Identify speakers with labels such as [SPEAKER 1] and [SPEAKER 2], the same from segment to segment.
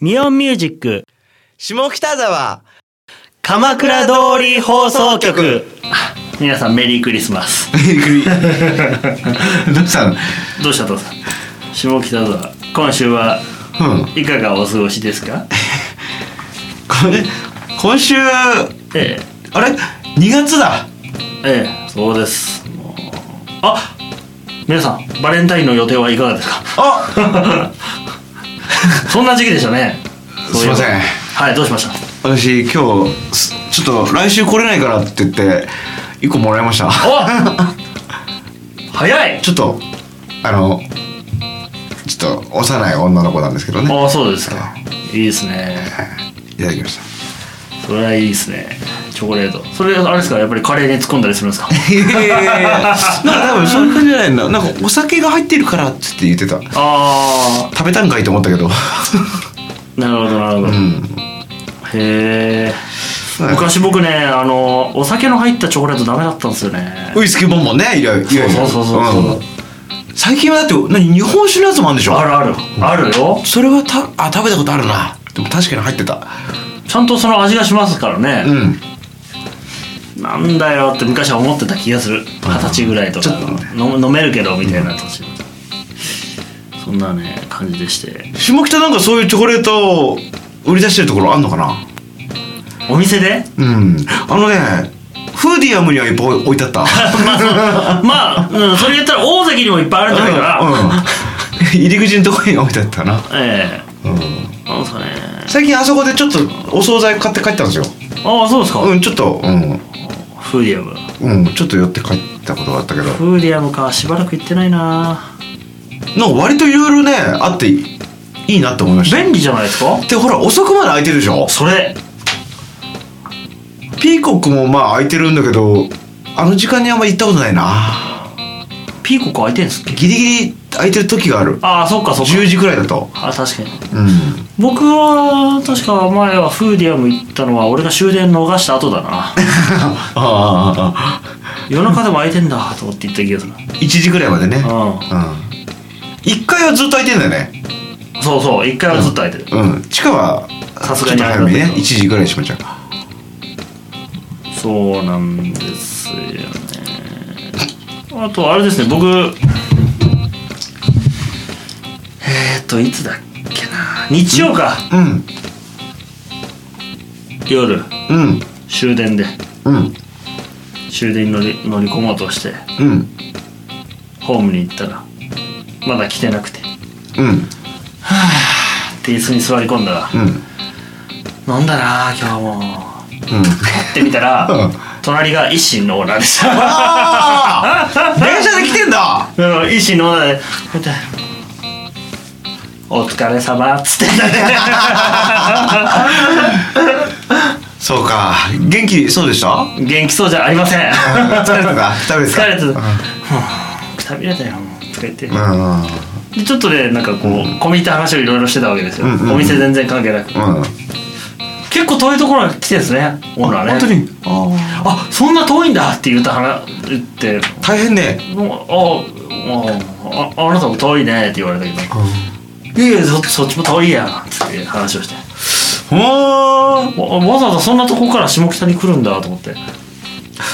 [SPEAKER 1] ミオンミュージック
[SPEAKER 2] 下北沢
[SPEAKER 1] 鎌倉通り放送局あ皆さんメリークリスマス
[SPEAKER 3] どうしたの
[SPEAKER 1] どうしたどうした下北沢今週は
[SPEAKER 3] うん
[SPEAKER 1] いかがお過ごしですか
[SPEAKER 3] これ今週あ
[SPEAKER 1] え
[SPEAKER 3] れ2月だ
[SPEAKER 1] えええそうですもうあ皆さんバレンタインの予定はいかがですか
[SPEAKER 3] あ
[SPEAKER 1] そんな時期でしたね
[SPEAKER 3] すいません
[SPEAKER 1] はいどうしました
[SPEAKER 3] 私今日すちょっと来週来れないからって言って1個もらいました
[SPEAKER 1] お早い
[SPEAKER 3] ちょっとあのちょっと幼い女の子なんですけどね
[SPEAKER 1] ああそうですかいいですね
[SPEAKER 3] いただきました
[SPEAKER 1] それはいいですねチョコレートそれあれですかやっぱりカレーに突っ込んだりするんですか
[SPEAKER 3] い やいやいやいやなんか多分そういう感じじゃないんだなんかお酒が入ってるからっつって言ってた
[SPEAKER 1] あ
[SPEAKER 3] 食べたんかいと思ったけど
[SPEAKER 1] あなるほどなるほど、へえ
[SPEAKER 3] はい
[SPEAKER 1] 昔僕ねあのお酒の入ったチョコレートダメだったんですよね
[SPEAKER 3] ウイスキーボンボンねいやいやいや
[SPEAKER 1] そうそうそうそう
[SPEAKER 3] うん最近はだって何日本酒のやつもあるんでしょ
[SPEAKER 1] あるあるあるよ
[SPEAKER 3] それはたあ食べたことあるなでも確かに入ってた
[SPEAKER 1] ちゃんとその味がしますから
[SPEAKER 3] う
[SPEAKER 1] ね、
[SPEAKER 3] ん
[SPEAKER 1] なんだよって昔は思ってた気がする二十歳ぐらいとか
[SPEAKER 3] ちょっとね
[SPEAKER 1] 飲む飲めるけどみたいな年、そんなね感じでして
[SPEAKER 3] 下北なんかそういうチョコレートを売り出してるところあんのかな
[SPEAKER 1] お店 で
[SPEAKER 3] うんあのねフーディアムにはいっぱい置いてあった
[SPEAKER 1] まあそうまあ、うん、それ言ったら大関にもいっぱいあるんじゃないかな、
[SPEAKER 3] うん入り口のところに置いてあったな、
[SPEAKER 1] え
[SPEAKER 3] うん、
[SPEAKER 1] えなんですかね
[SPEAKER 3] 最近あそこでちょっとお惣菜買って帰ったんですよ
[SPEAKER 1] ああそうですか、
[SPEAKER 3] うんちょっとうん
[SPEAKER 1] フーディアム
[SPEAKER 3] うん、ちょっと寄って帰ったことがあったけど
[SPEAKER 1] フーディアムかしばらく行ってないな
[SPEAKER 3] なんか割といろいろねあっていいいなって思いました
[SPEAKER 1] 便利じゃないですか
[SPEAKER 3] でほら遅くまで空いてるでしょ
[SPEAKER 1] それ
[SPEAKER 3] ピーコックもまあ空いてるんだけどあの時間にあんま行ったことないな
[SPEAKER 1] ピーコック開いてんすっけ
[SPEAKER 3] ギリギリ空いてる時がある
[SPEAKER 1] ああそっかそっか
[SPEAKER 3] 10時くらいだと
[SPEAKER 1] あ確かに
[SPEAKER 3] うん
[SPEAKER 1] 僕は確か前はフーディアム行ったのは俺が終電逃した後だ な
[SPEAKER 3] ああ
[SPEAKER 1] 夜中でも開いてんだと思って行った気がするな
[SPEAKER 3] 1時くらいまでねうん
[SPEAKER 1] う
[SPEAKER 3] 1階はずっと空いてんだよね
[SPEAKER 1] んそうそう一回はずっと開いてる、
[SPEAKER 3] うん地下は
[SPEAKER 1] さす
[SPEAKER 3] ち
[SPEAKER 1] が
[SPEAKER 3] ょっ
[SPEAKER 1] に
[SPEAKER 3] と
[SPEAKER 1] あれ
[SPEAKER 3] 早
[SPEAKER 1] だ
[SPEAKER 3] め
[SPEAKER 1] け
[SPEAKER 3] に
[SPEAKER 1] ど
[SPEAKER 3] ね1時くらいしまっちゃう
[SPEAKER 1] そうなんですよねあとあれですね僕えー、っといつだっけな日曜か、
[SPEAKER 3] うん
[SPEAKER 1] 夜
[SPEAKER 3] うん
[SPEAKER 1] 終電で
[SPEAKER 3] うん
[SPEAKER 1] 終電に乗り乗り込もうとして
[SPEAKER 3] うん
[SPEAKER 1] ホームに行ったらまだ来てなくて
[SPEAKER 3] うん
[SPEAKER 1] で椅子に座り込んだら
[SPEAKER 3] うん
[SPEAKER 1] 飲んだなあ今日も
[SPEAKER 3] うん
[SPEAKER 1] って見たら、
[SPEAKER 3] うん
[SPEAKER 1] 隣が一心のオーナーでした
[SPEAKER 3] ああ電車で来てんだ
[SPEAKER 1] うん一心のオーナーでこうやって「お疲れ様っつって
[SPEAKER 3] そうか元気そうでした
[SPEAKER 1] 元気そうじゃありません
[SPEAKER 3] 疲れたか疲れてた
[SPEAKER 1] 疲れてた
[SPEAKER 3] うん
[SPEAKER 1] くたびれたよとか言って
[SPEAKER 3] うん
[SPEAKER 1] でちょっとねなんかこう、込み入った話をいろいろしてたわけですよ、
[SPEAKER 3] うんうんうん
[SPEAKER 1] お店全然関係なく
[SPEAKER 3] うん
[SPEAKER 1] 結構遠いところに来てですねオーナーね
[SPEAKER 3] 本当にあ
[SPEAKER 1] あそんな遠いんだって言った話言って
[SPEAKER 3] あ大変ね
[SPEAKER 1] もうああああなたも遠いねって言われたけど「いやいやそそっちも遠いやん」っていう話をして
[SPEAKER 3] おー
[SPEAKER 1] わわざわざそんなとこから下北に来るんだと思って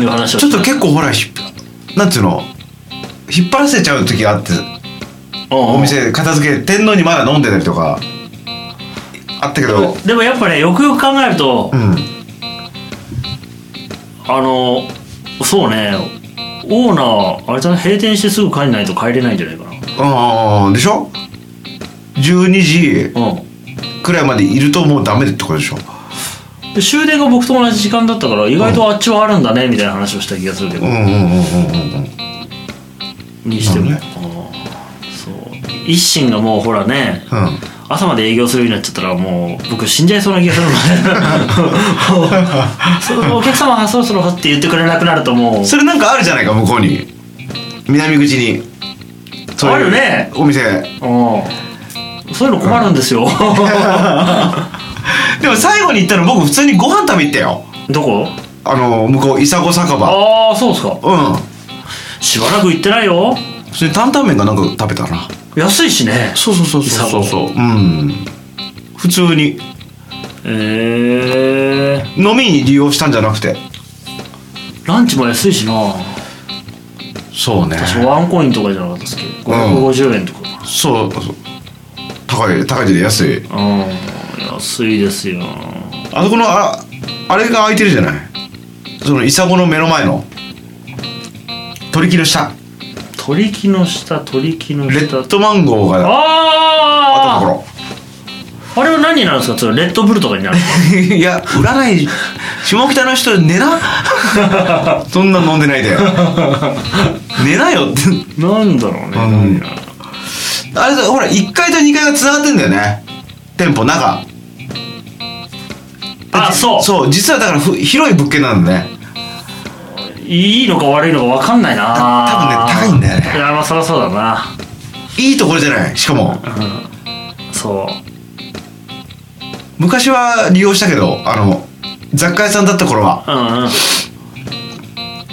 [SPEAKER 1] いう話を
[SPEAKER 3] ちょっと
[SPEAKER 1] 結
[SPEAKER 3] 結構ほらひなんつうの引っ張らせちゃう時があって
[SPEAKER 1] 構
[SPEAKER 3] お店片付け天皇にまだ飲んでたりとかあったけど
[SPEAKER 1] でもやっぱねよくよく考えると、
[SPEAKER 3] うん
[SPEAKER 1] あのそうねオーナーあれじゃない閉店してすぐ帰んないと帰れないんじゃないかな
[SPEAKER 3] ああでしょ12時
[SPEAKER 1] うん
[SPEAKER 3] くらいまでいるともうダメってことでしょ
[SPEAKER 1] で終電が僕と同じ時間だったから意外とあっちはあるんだねみたいな話をした気がするけど、
[SPEAKER 3] うんうんうんうんうんうん
[SPEAKER 1] にしても、
[SPEAKER 3] なる
[SPEAKER 1] うんそう一心がもうほらね
[SPEAKER 3] うん
[SPEAKER 1] 朝まで営業するようになっちゃったらもう僕死んじゃいそうな気がするのでそう お客様そろそろって言ってくれなくなるともう
[SPEAKER 3] それなんかあるじゃないか向こうに南口にそういう
[SPEAKER 1] あるね
[SPEAKER 3] お店
[SPEAKER 1] うんそういうの困るんですよ
[SPEAKER 3] でも最後に行ったの僕普通にご飯食べ行ったよ
[SPEAKER 1] どこ
[SPEAKER 3] あの向こう伊佐子酒場
[SPEAKER 1] ああそうですか
[SPEAKER 3] う
[SPEAKER 1] しばらく行ってないよ
[SPEAKER 3] ん普通に担々麺がなんか食べたな
[SPEAKER 1] 安いしね
[SPEAKER 3] そうそうそう
[SPEAKER 1] そうそうそう
[SPEAKER 3] うん普通に
[SPEAKER 1] ええ
[SPEAKER 3] 飲みに利用したんじゃなくて
[SPEAKER 1] ランチも安いしな
[SPEAKER 3] そうね
[SPEAKER 1] 確かワンコインとかじゃなかったっすっけ550円とか
[SPEAKER 3] そうそう高い高いで安い
[SPEAKER 1] うん安いですよ
[SPEAKER 3] あそこのああれが空いてるじゃないそのイサゴの目の前の取り木の下
[SPEAKER 1] 鳥木の下鳥木の
[SPEAKER 3] レ
[SPEAKER 1] 下
[SPEAKER 3] ッドマンゴーがあった
[SPEAKER 1] ああ
[SPEAKER 3] とこ
[SPEAKER 1] あれは何になるんですかそれレッドブルとかになるんですか
[SPEAKER 3] ろ いや売らない下北の人寝 なそんな飲んでない で寝なよって
[SPEAKER 1] なんだろうね
[SPEAKER 3] ん
[SPEAKER 1] 何が
[SPEAKER 3] あれだほら1階と2階がつながってんだよね店舗中
[SPEAKER 1] あそう
[SPEAKER 3] そう実はだからふ広い物件なんだね
[SPEAKER 1] いいのか悪いのか分かんないな
[SPEAKER 3] た多分ね高いんだよね
[SPEAKER 1] いやまあそりゃそうだない
[SPEAKER 3] いところじゃないしかも
[SPEAKER 1] そう
[SPEAKER 3] 昔は利用したけどあの雑貨屋さんだった頃は
[SPEAKER 1] うんうん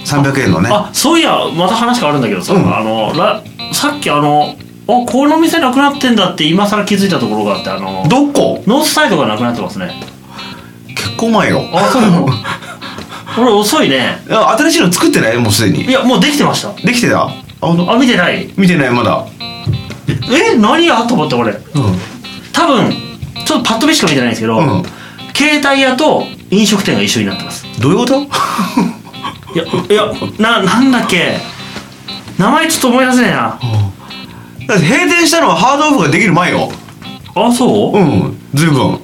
[SPEAKER 3] 300円のね
[SPEAKER 1] あそういやまた話変わるんだけどさ、
[SPEAKER 3] うん
[SPEAKER 1] あのらさっきあのあこの店なくなってんだって今更気づいたところがあってあの
[SPEAKER 3] どこ
[SPEAKER 1] ノースサイドがなくなってますね
[SPEAKER 3] 結構前よ
[SPEAKER 1] あそうな の俺遅いね
[SPEAKER 3] あ 新しいの作ってないもうすで
[SPEAKER 1] い
[SPEAKER 3] に
[SPEAKER 1] やもうできてました
[SPEAKER 3] できてたあほんと
[SPEAKER 1] あ見てない
[SPEAKER 3] 見てないまだ
[SPEAKER 1] え何やと思って俺
[SPEAKER 3] う
[SPEAKER 1] 多分ちょっとパッと見しか見てないんですけど、
[SPEAKER 3] うん
[SPEAKER 1] 携帯屋と飲食店が一緒になってます
[SPEAKER 3] どういうこと
[SPEAKER 1] いやいやななんだっけ名前ちょっと思い出せねえな
[SPEAKER 3] だって閉店したのはハードオフができる前よ
[SPEAKER 1] あそう、
[SPEAKER 3] うん随分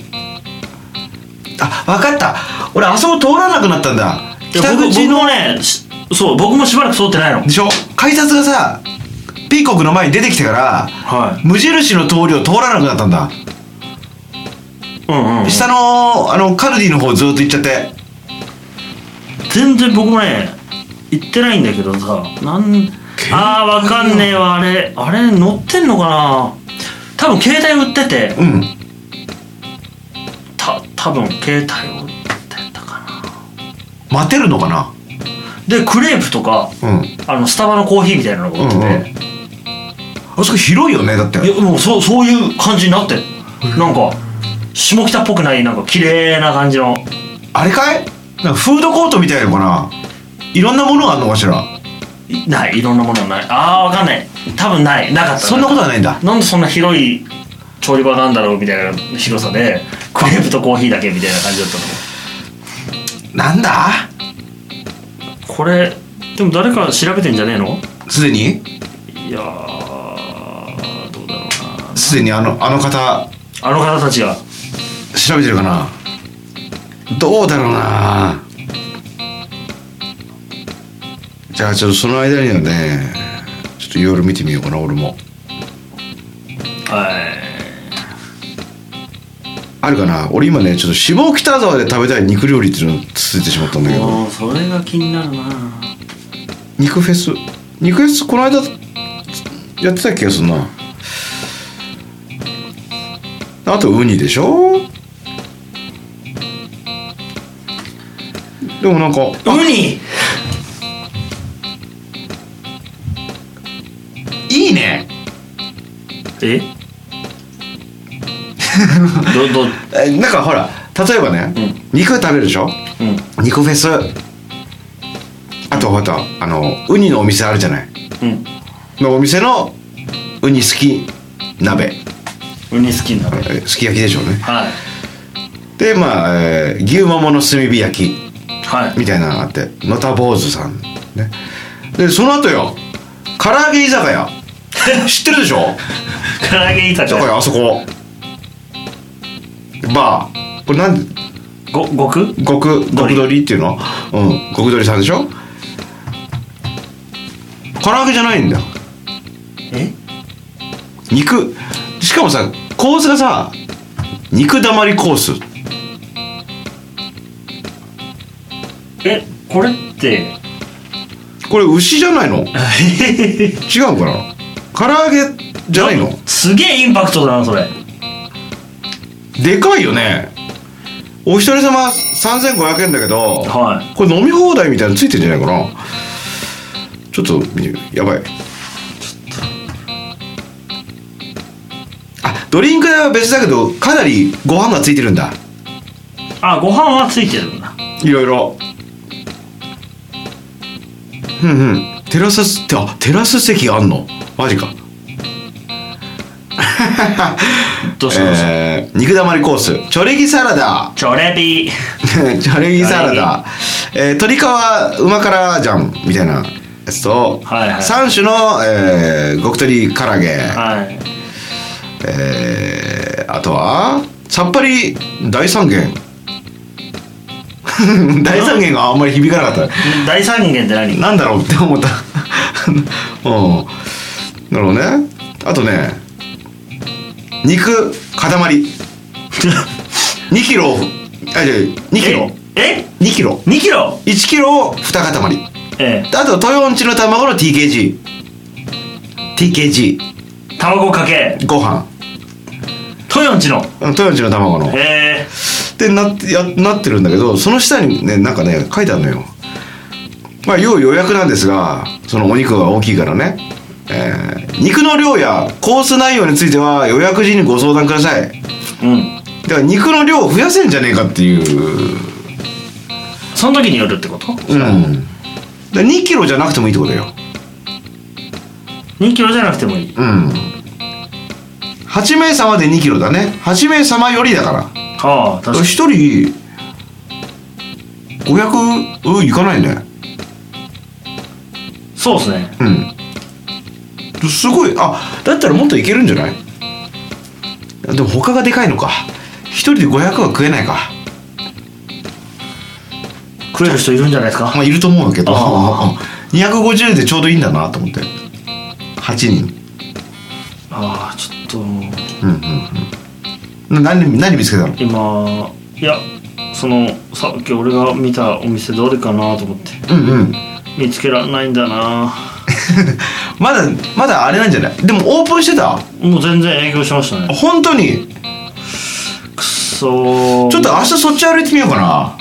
[SPEAKER 3] あ分かった俺あそこ通らなくなったんだ
[SPEAKER 1] いや
[SPEAKER 3] 北
[SPEAKER 1] 僕
[SPEAKER 3] 口
[SPEAKER 1] 僕
[SPEAKER 3] の
[SPEAKER 1] もねしそう僕もしばらく通ってないの
[SPEAKER 3] でしょ改札がさピーコックの前に出てきてから、
[SPEAKER 1] は
[SPEAKER 3] 無印の通りを通らなくなったんだ、
[SPEAKER 1] うんうん
[SPEAKER 3] 下のあのカルディの方ずっと行っちゃって
[SPEAKER 1] 全然僕もね行ってないんだけどさなんあーわかんねえわあれあれ乗ってんのかな多分携帯売ってて
[SPEAKER 3] うん
[SPEAKER 1] た多分携帯売ってたかな
[SPEAKER 3] 待てるのかな
[SPEAKER 1] でクレープとか
[SPEAKER 3] うん
[SPEAKER 1] あのスタバのコーヒーみたいなのが売ってて、
[SPEAKER 3] あそこ広いよねだって
[SPEAKER 1] いやもうそうそういう感じになってなんか下北っぽくないなんか綺麗な感じの
[SPEAKER 3] あれかいなんかフードコートみたいのかないろんなものがあるのかしら
[SPEAKER 1] いないいろんなものがないああわかんない多分ないなかった
[SPEAKER 3] そんなことはないんだ
[SPEAKER 1] なんでそんな広い調理場なんだろうみたいな広さでクレープとコーヒーだけみたいな感じだったの
[SPEAKER 3] なんだ
[SPEAKER 1] これでも誰か調べてんじゃねえの
[SPEAKER 3] すでに
[SPEAKER 1] いやーどうだろうな
[SPEAKER 3] すでにあのあの方
[SPEAKER 1] あの方たちが
[SPEAKER 3] 調べてるかなどうだろうなじゃあちょっとその間にはねちょっと夜見てみようかな俺も
[SPEAKER 1] はい
[SPEAKER 3] あるかな俺今ねちょっと下北沢で食べたい肉料理っていうのをついてしまったんだけど
[SPEAKER 1] もうそれが気になるな
[SPEAKER 3] 肉フェス肉フェスこの間やってた気がするなあとウニでしょでもなんか
[SPEAKER 1] ウニ
[SPEAKER 3] いいね
[SPEAKER 1] えどど
[SPEAKER 3] えなんかほら例えばね、肉食べるでしょ
[SPEAKER 1] うん
[SPEAKER 3] 肉フェスあとまたあのウニのお店あるじゃない
[SPEAKER 1] うん
[SPEAKER 3] のお店のウニ好き鍋
[SPEAKER 1] ウニ好きなの
[SPEAKER 3] えすき焼きでしょうね
[SPEAKER 1] はい
[SPEAKER 3] でまあ、えー牛ももの炭火焼き
[SPEAKER 1] はい
[SPEAKER 3] みたいなのがあってのた坊主さんねでその後よ唐揚げ居酒屋知ってるでしょ
[SPEAKER 1] 唐揚げいた
[SPEAKER 3] だからあそこバーこれなんで
[SPEAKER 1] ご極
[SPEAKER 3] 極
[SPEAKER 1] ど
[SPEAKER 3] 極
[SPEAKER 1] り
[SPEAKER 3] 鶏っていうのうん極鶏さんでしょ唐揚げじゃないんだよ
[SPEAKER 1] え
[SPEAKER 3] 肉しかもさコースがさ肉だまりコース
[SPEAKER 1] えこれって
[SPEAKER 3] これ牛じゃないの違うかな唐揚げじゃないの
[SPEAKER 1] すげえインパクトだなそれ
[SPEAKER 3] でかいよねお一人様3500円だけど、
[SPEAKER 1] はい
[SPEAKER 3] これ飲み放題みたいなのついてんじゃないかなちょっと見てみるやばいあドリンク代は別だけどかなりご飯がついてるんだ
[SPEAKER 1] あご飯はついてるんだ
[SPEAKER 3] いろいろうんうんテラスってあテラス席あんのマジか
[SPEAKER 1] どうしました、
[SPEAKER 3] えー、肉だまりコースチョレギサラダ
[SPEAKER 1] チョレビ
[SPEAKER 3] チョレギサラダ、えー、鶏皮旨辛じゃんみたいなやつと、
[SPEAKER 1] はいはい
[SPEAKER 3] 3種の、えー、極鶏唐揚げ、
[SPEAKER 1] はい
[SPEAKER 3] えー、あとはさっぱり大三元 大三元があんまり響かなかっ
[SPEAKER 1] 大三元って
[SPEAKER 3] た
[SPEAKER 1] 何
[SPEAKER 3] なんだろうって思った うんなるほどねあとね肉塊 2キロあじゃ2キロ
[SPEAKER 1] え
[SPEAKER 3] 2キロ
[SPEAKER 1] え2キロ
[SPEAKER 3] 1キロを2塊
[SPEAKER 1] え
[SPEAKER 3] あと豊んちの卵の TKG TKG
[SPEAKER 1] え卵かけ
[SPEAKER 3] ご飯
[SPEAKER 1] トヨンチの
[SPEAKER 3] うん豊んちの卵の
[SPEAKER 1] ええ
[SPEAKER 3] ってなってやなってるんだけどその下にねなんかね書いてあるのよまあ要予約なんですがそのお肉が大きいからね、えー肉の量やコース内容については予約時にご相談ください
[SPEAKER 1] うん
[SPEAKER 3] だから肉の量を増やせんじゃねえかっていう
[SPEAKER 1] その時によるってこと
[SPEAKER 3] うんだ2キロじゃなくてもいいってことよ
[SPEAKER 1] 2キロじゃなくてもいい
[SPEAKER 3] うん8名様で2キロだね8名様よりだから
[SPEAKER 1] ああ確かに
[SPEAKER 3] 一人500うんいかないね
[SPEAKER 1] そうですね
[SPEAKER 3] うんすごいあだったらもっといけるんじゃないでも他がでかいのか一人で500は食えないか
[SPEAKER 1] 食える人いるんじゃないですか
[SPEAKER 3] まあいると思うけど
[SPEAKER 1] あ
[SPEAKER 3] 250でちょうどいいんだなと思って8人
[SPEAKER 1] ああちょっと
[SPEAKER 3] うんうんうんな何何見つけたの
[SPEAKER 1] 今いやそのさっき俺が見たお店どれかなと思って
[SPEAKER 3] うんうん
[SPEAKER 1] 見つけられないんだな
[SPEAKER 3] まだまだあれなんじゃないでもオープンしてた
[SPEAKER 1] もう全然営業しましたね
[SPEAKER 3] 本当に
[SPEAKER 1] くそー
[SPEAKER 3] ちょっと明日そっち歩いてみようか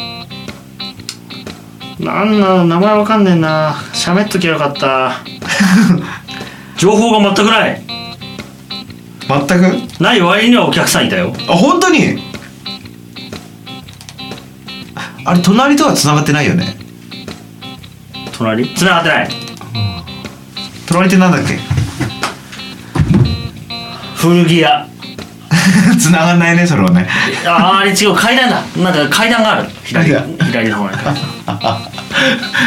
[SPEAKER 3] な
[SPEAKER 1] なんなの名前わかんねえな喋っときゃよかった 情報が全くない
[SPEAKER 3] 全く
[SPEAKER 1] ない割にはお客さんいたよ
[SPEAKER 3] あ本当にあれ隣とは繋がってないよね
[SPEAKER 1] 隣繋がってない
[SPEAKER 3] 隣ってなんだっけ
[SPEAKER 1] 古着屋
[SPEAKER 3] 繋がんないねそれはね
[SPEAKER 1] あーあれ違う階段だなんか階段がある左
[SPEAKER 3] いや
[SPEAKER 1] 左の方 に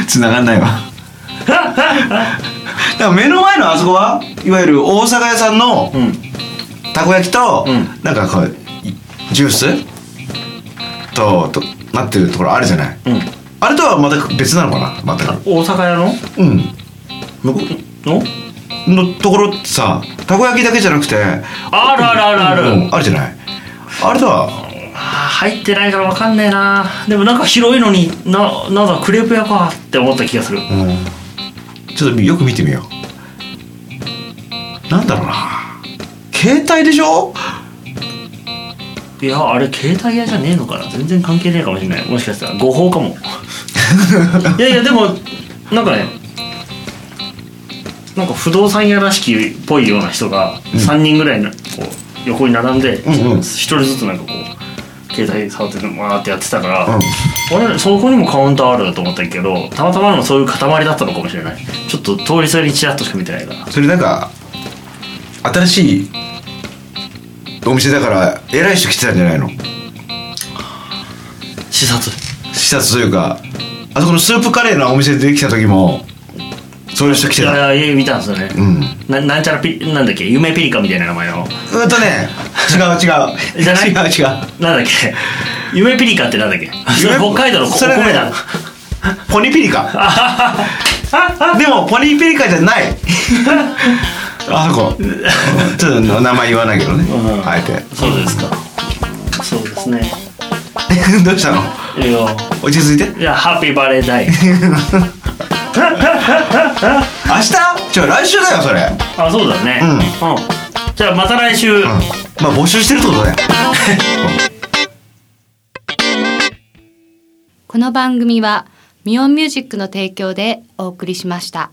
[SPEAKER 3] 繋がんないわだから目の前のあそこはいわゆる大阪屋さんの
[SPEAKER 1] うん
[SPEAKER 3] たこ焼きと、
[SPEAKER 1] うん
[SPEAKER 3] なんかこういジュースととなってるところあるじゃない
[SPEAKER 1] うん
[SPEAKER 3] あれとはまた別なのかなまた
[SPEAKER 1] 大阪屋の
[SPEAKER 3] うん
[SPEAKER 1] 向この
[SPEAKER 3] のところってさたこ焼きだけじゃなくて
[SPEAKER 1] あるあるあるある、
[SPEAKER 3] うんあるじゃないあれだ
[SPEAKER 1] あー入ってないからわかんねえなでもなんか広いのにななんだクレープ屋かって思った気がする
[SPEAKER 3] うんちょっとよく見てみようなんだろうな携帯でしょ
[SPEAKER 1] いやあれ携帯屋じゃねえのかな全然関係ねえかもしれないもしかしたら誤報か もいやいやでもなんかねなんか不動産屋らしきっぽいような人が3人ぐらいのこう横に並んで
[SPEAKER 3] んうん
[SPEAKER 1] 1人ずつなんかこう携帯触っててわーってやってたから、
[SPEAKER 3] うん
[SPEAKER 1] あれそこにもカウンターあると思ったけどたまたまのそういう塊だったのかもしれないちょっと通り過ぎにちらっとしか見てないから
[SPEAKER 3] それなんか新しいお店だから偉い人来てたんじゃないの
[SPEAKER 1] 視察
[SPEAKER 3] 視察というかあそこのスープカレーのお店で来た時もそういう人来
[SPEAKER 1] い
[SPEAKER 3] てた
[SPEAKER 1] やいや見たんですよね、
[SPEAKER 3] うん
[SPEAKER 1] ななんちゃらピなんだっけ夢ピリカみたいな名前の
[SPEAKER 3] うんとね違う違う
[SPEAKER 1] じゃない
[SPEAKER 3] 違う違う
[SPEAKER 1] なんだっけ夢ピリカってなんだっけそれ北海道のお
[SPEAKER 3] それね
[SPEAKER 1] 米だ
[SPEAKER 3] ポニピリカでもポニピリカじゃない あそこ ちょっと名前言わないけどね、
[SPEAKER 1] うん
[SPEAKER 3] あえて
[SPEAKER 1] そうですかそうですね
[SPEAKER 3] どうしたの
[SPEAKER 1] いや
[SPEAKER 3] 落ち着いて
[SPEAKER 1] いやハッピーバレーダイ
[SPEAKER 3] 明日じゃあ来週だよそれう
[SPEAKER 1] あそうだね
[SPEAKER 3] うん
[SPEAKER 1] じゃあまた来週、
[SPEAKER 3] んまあ募集してるって ことだよ
[SPEAKER 4] この番組はミオンミュージックの提供でお送りしました。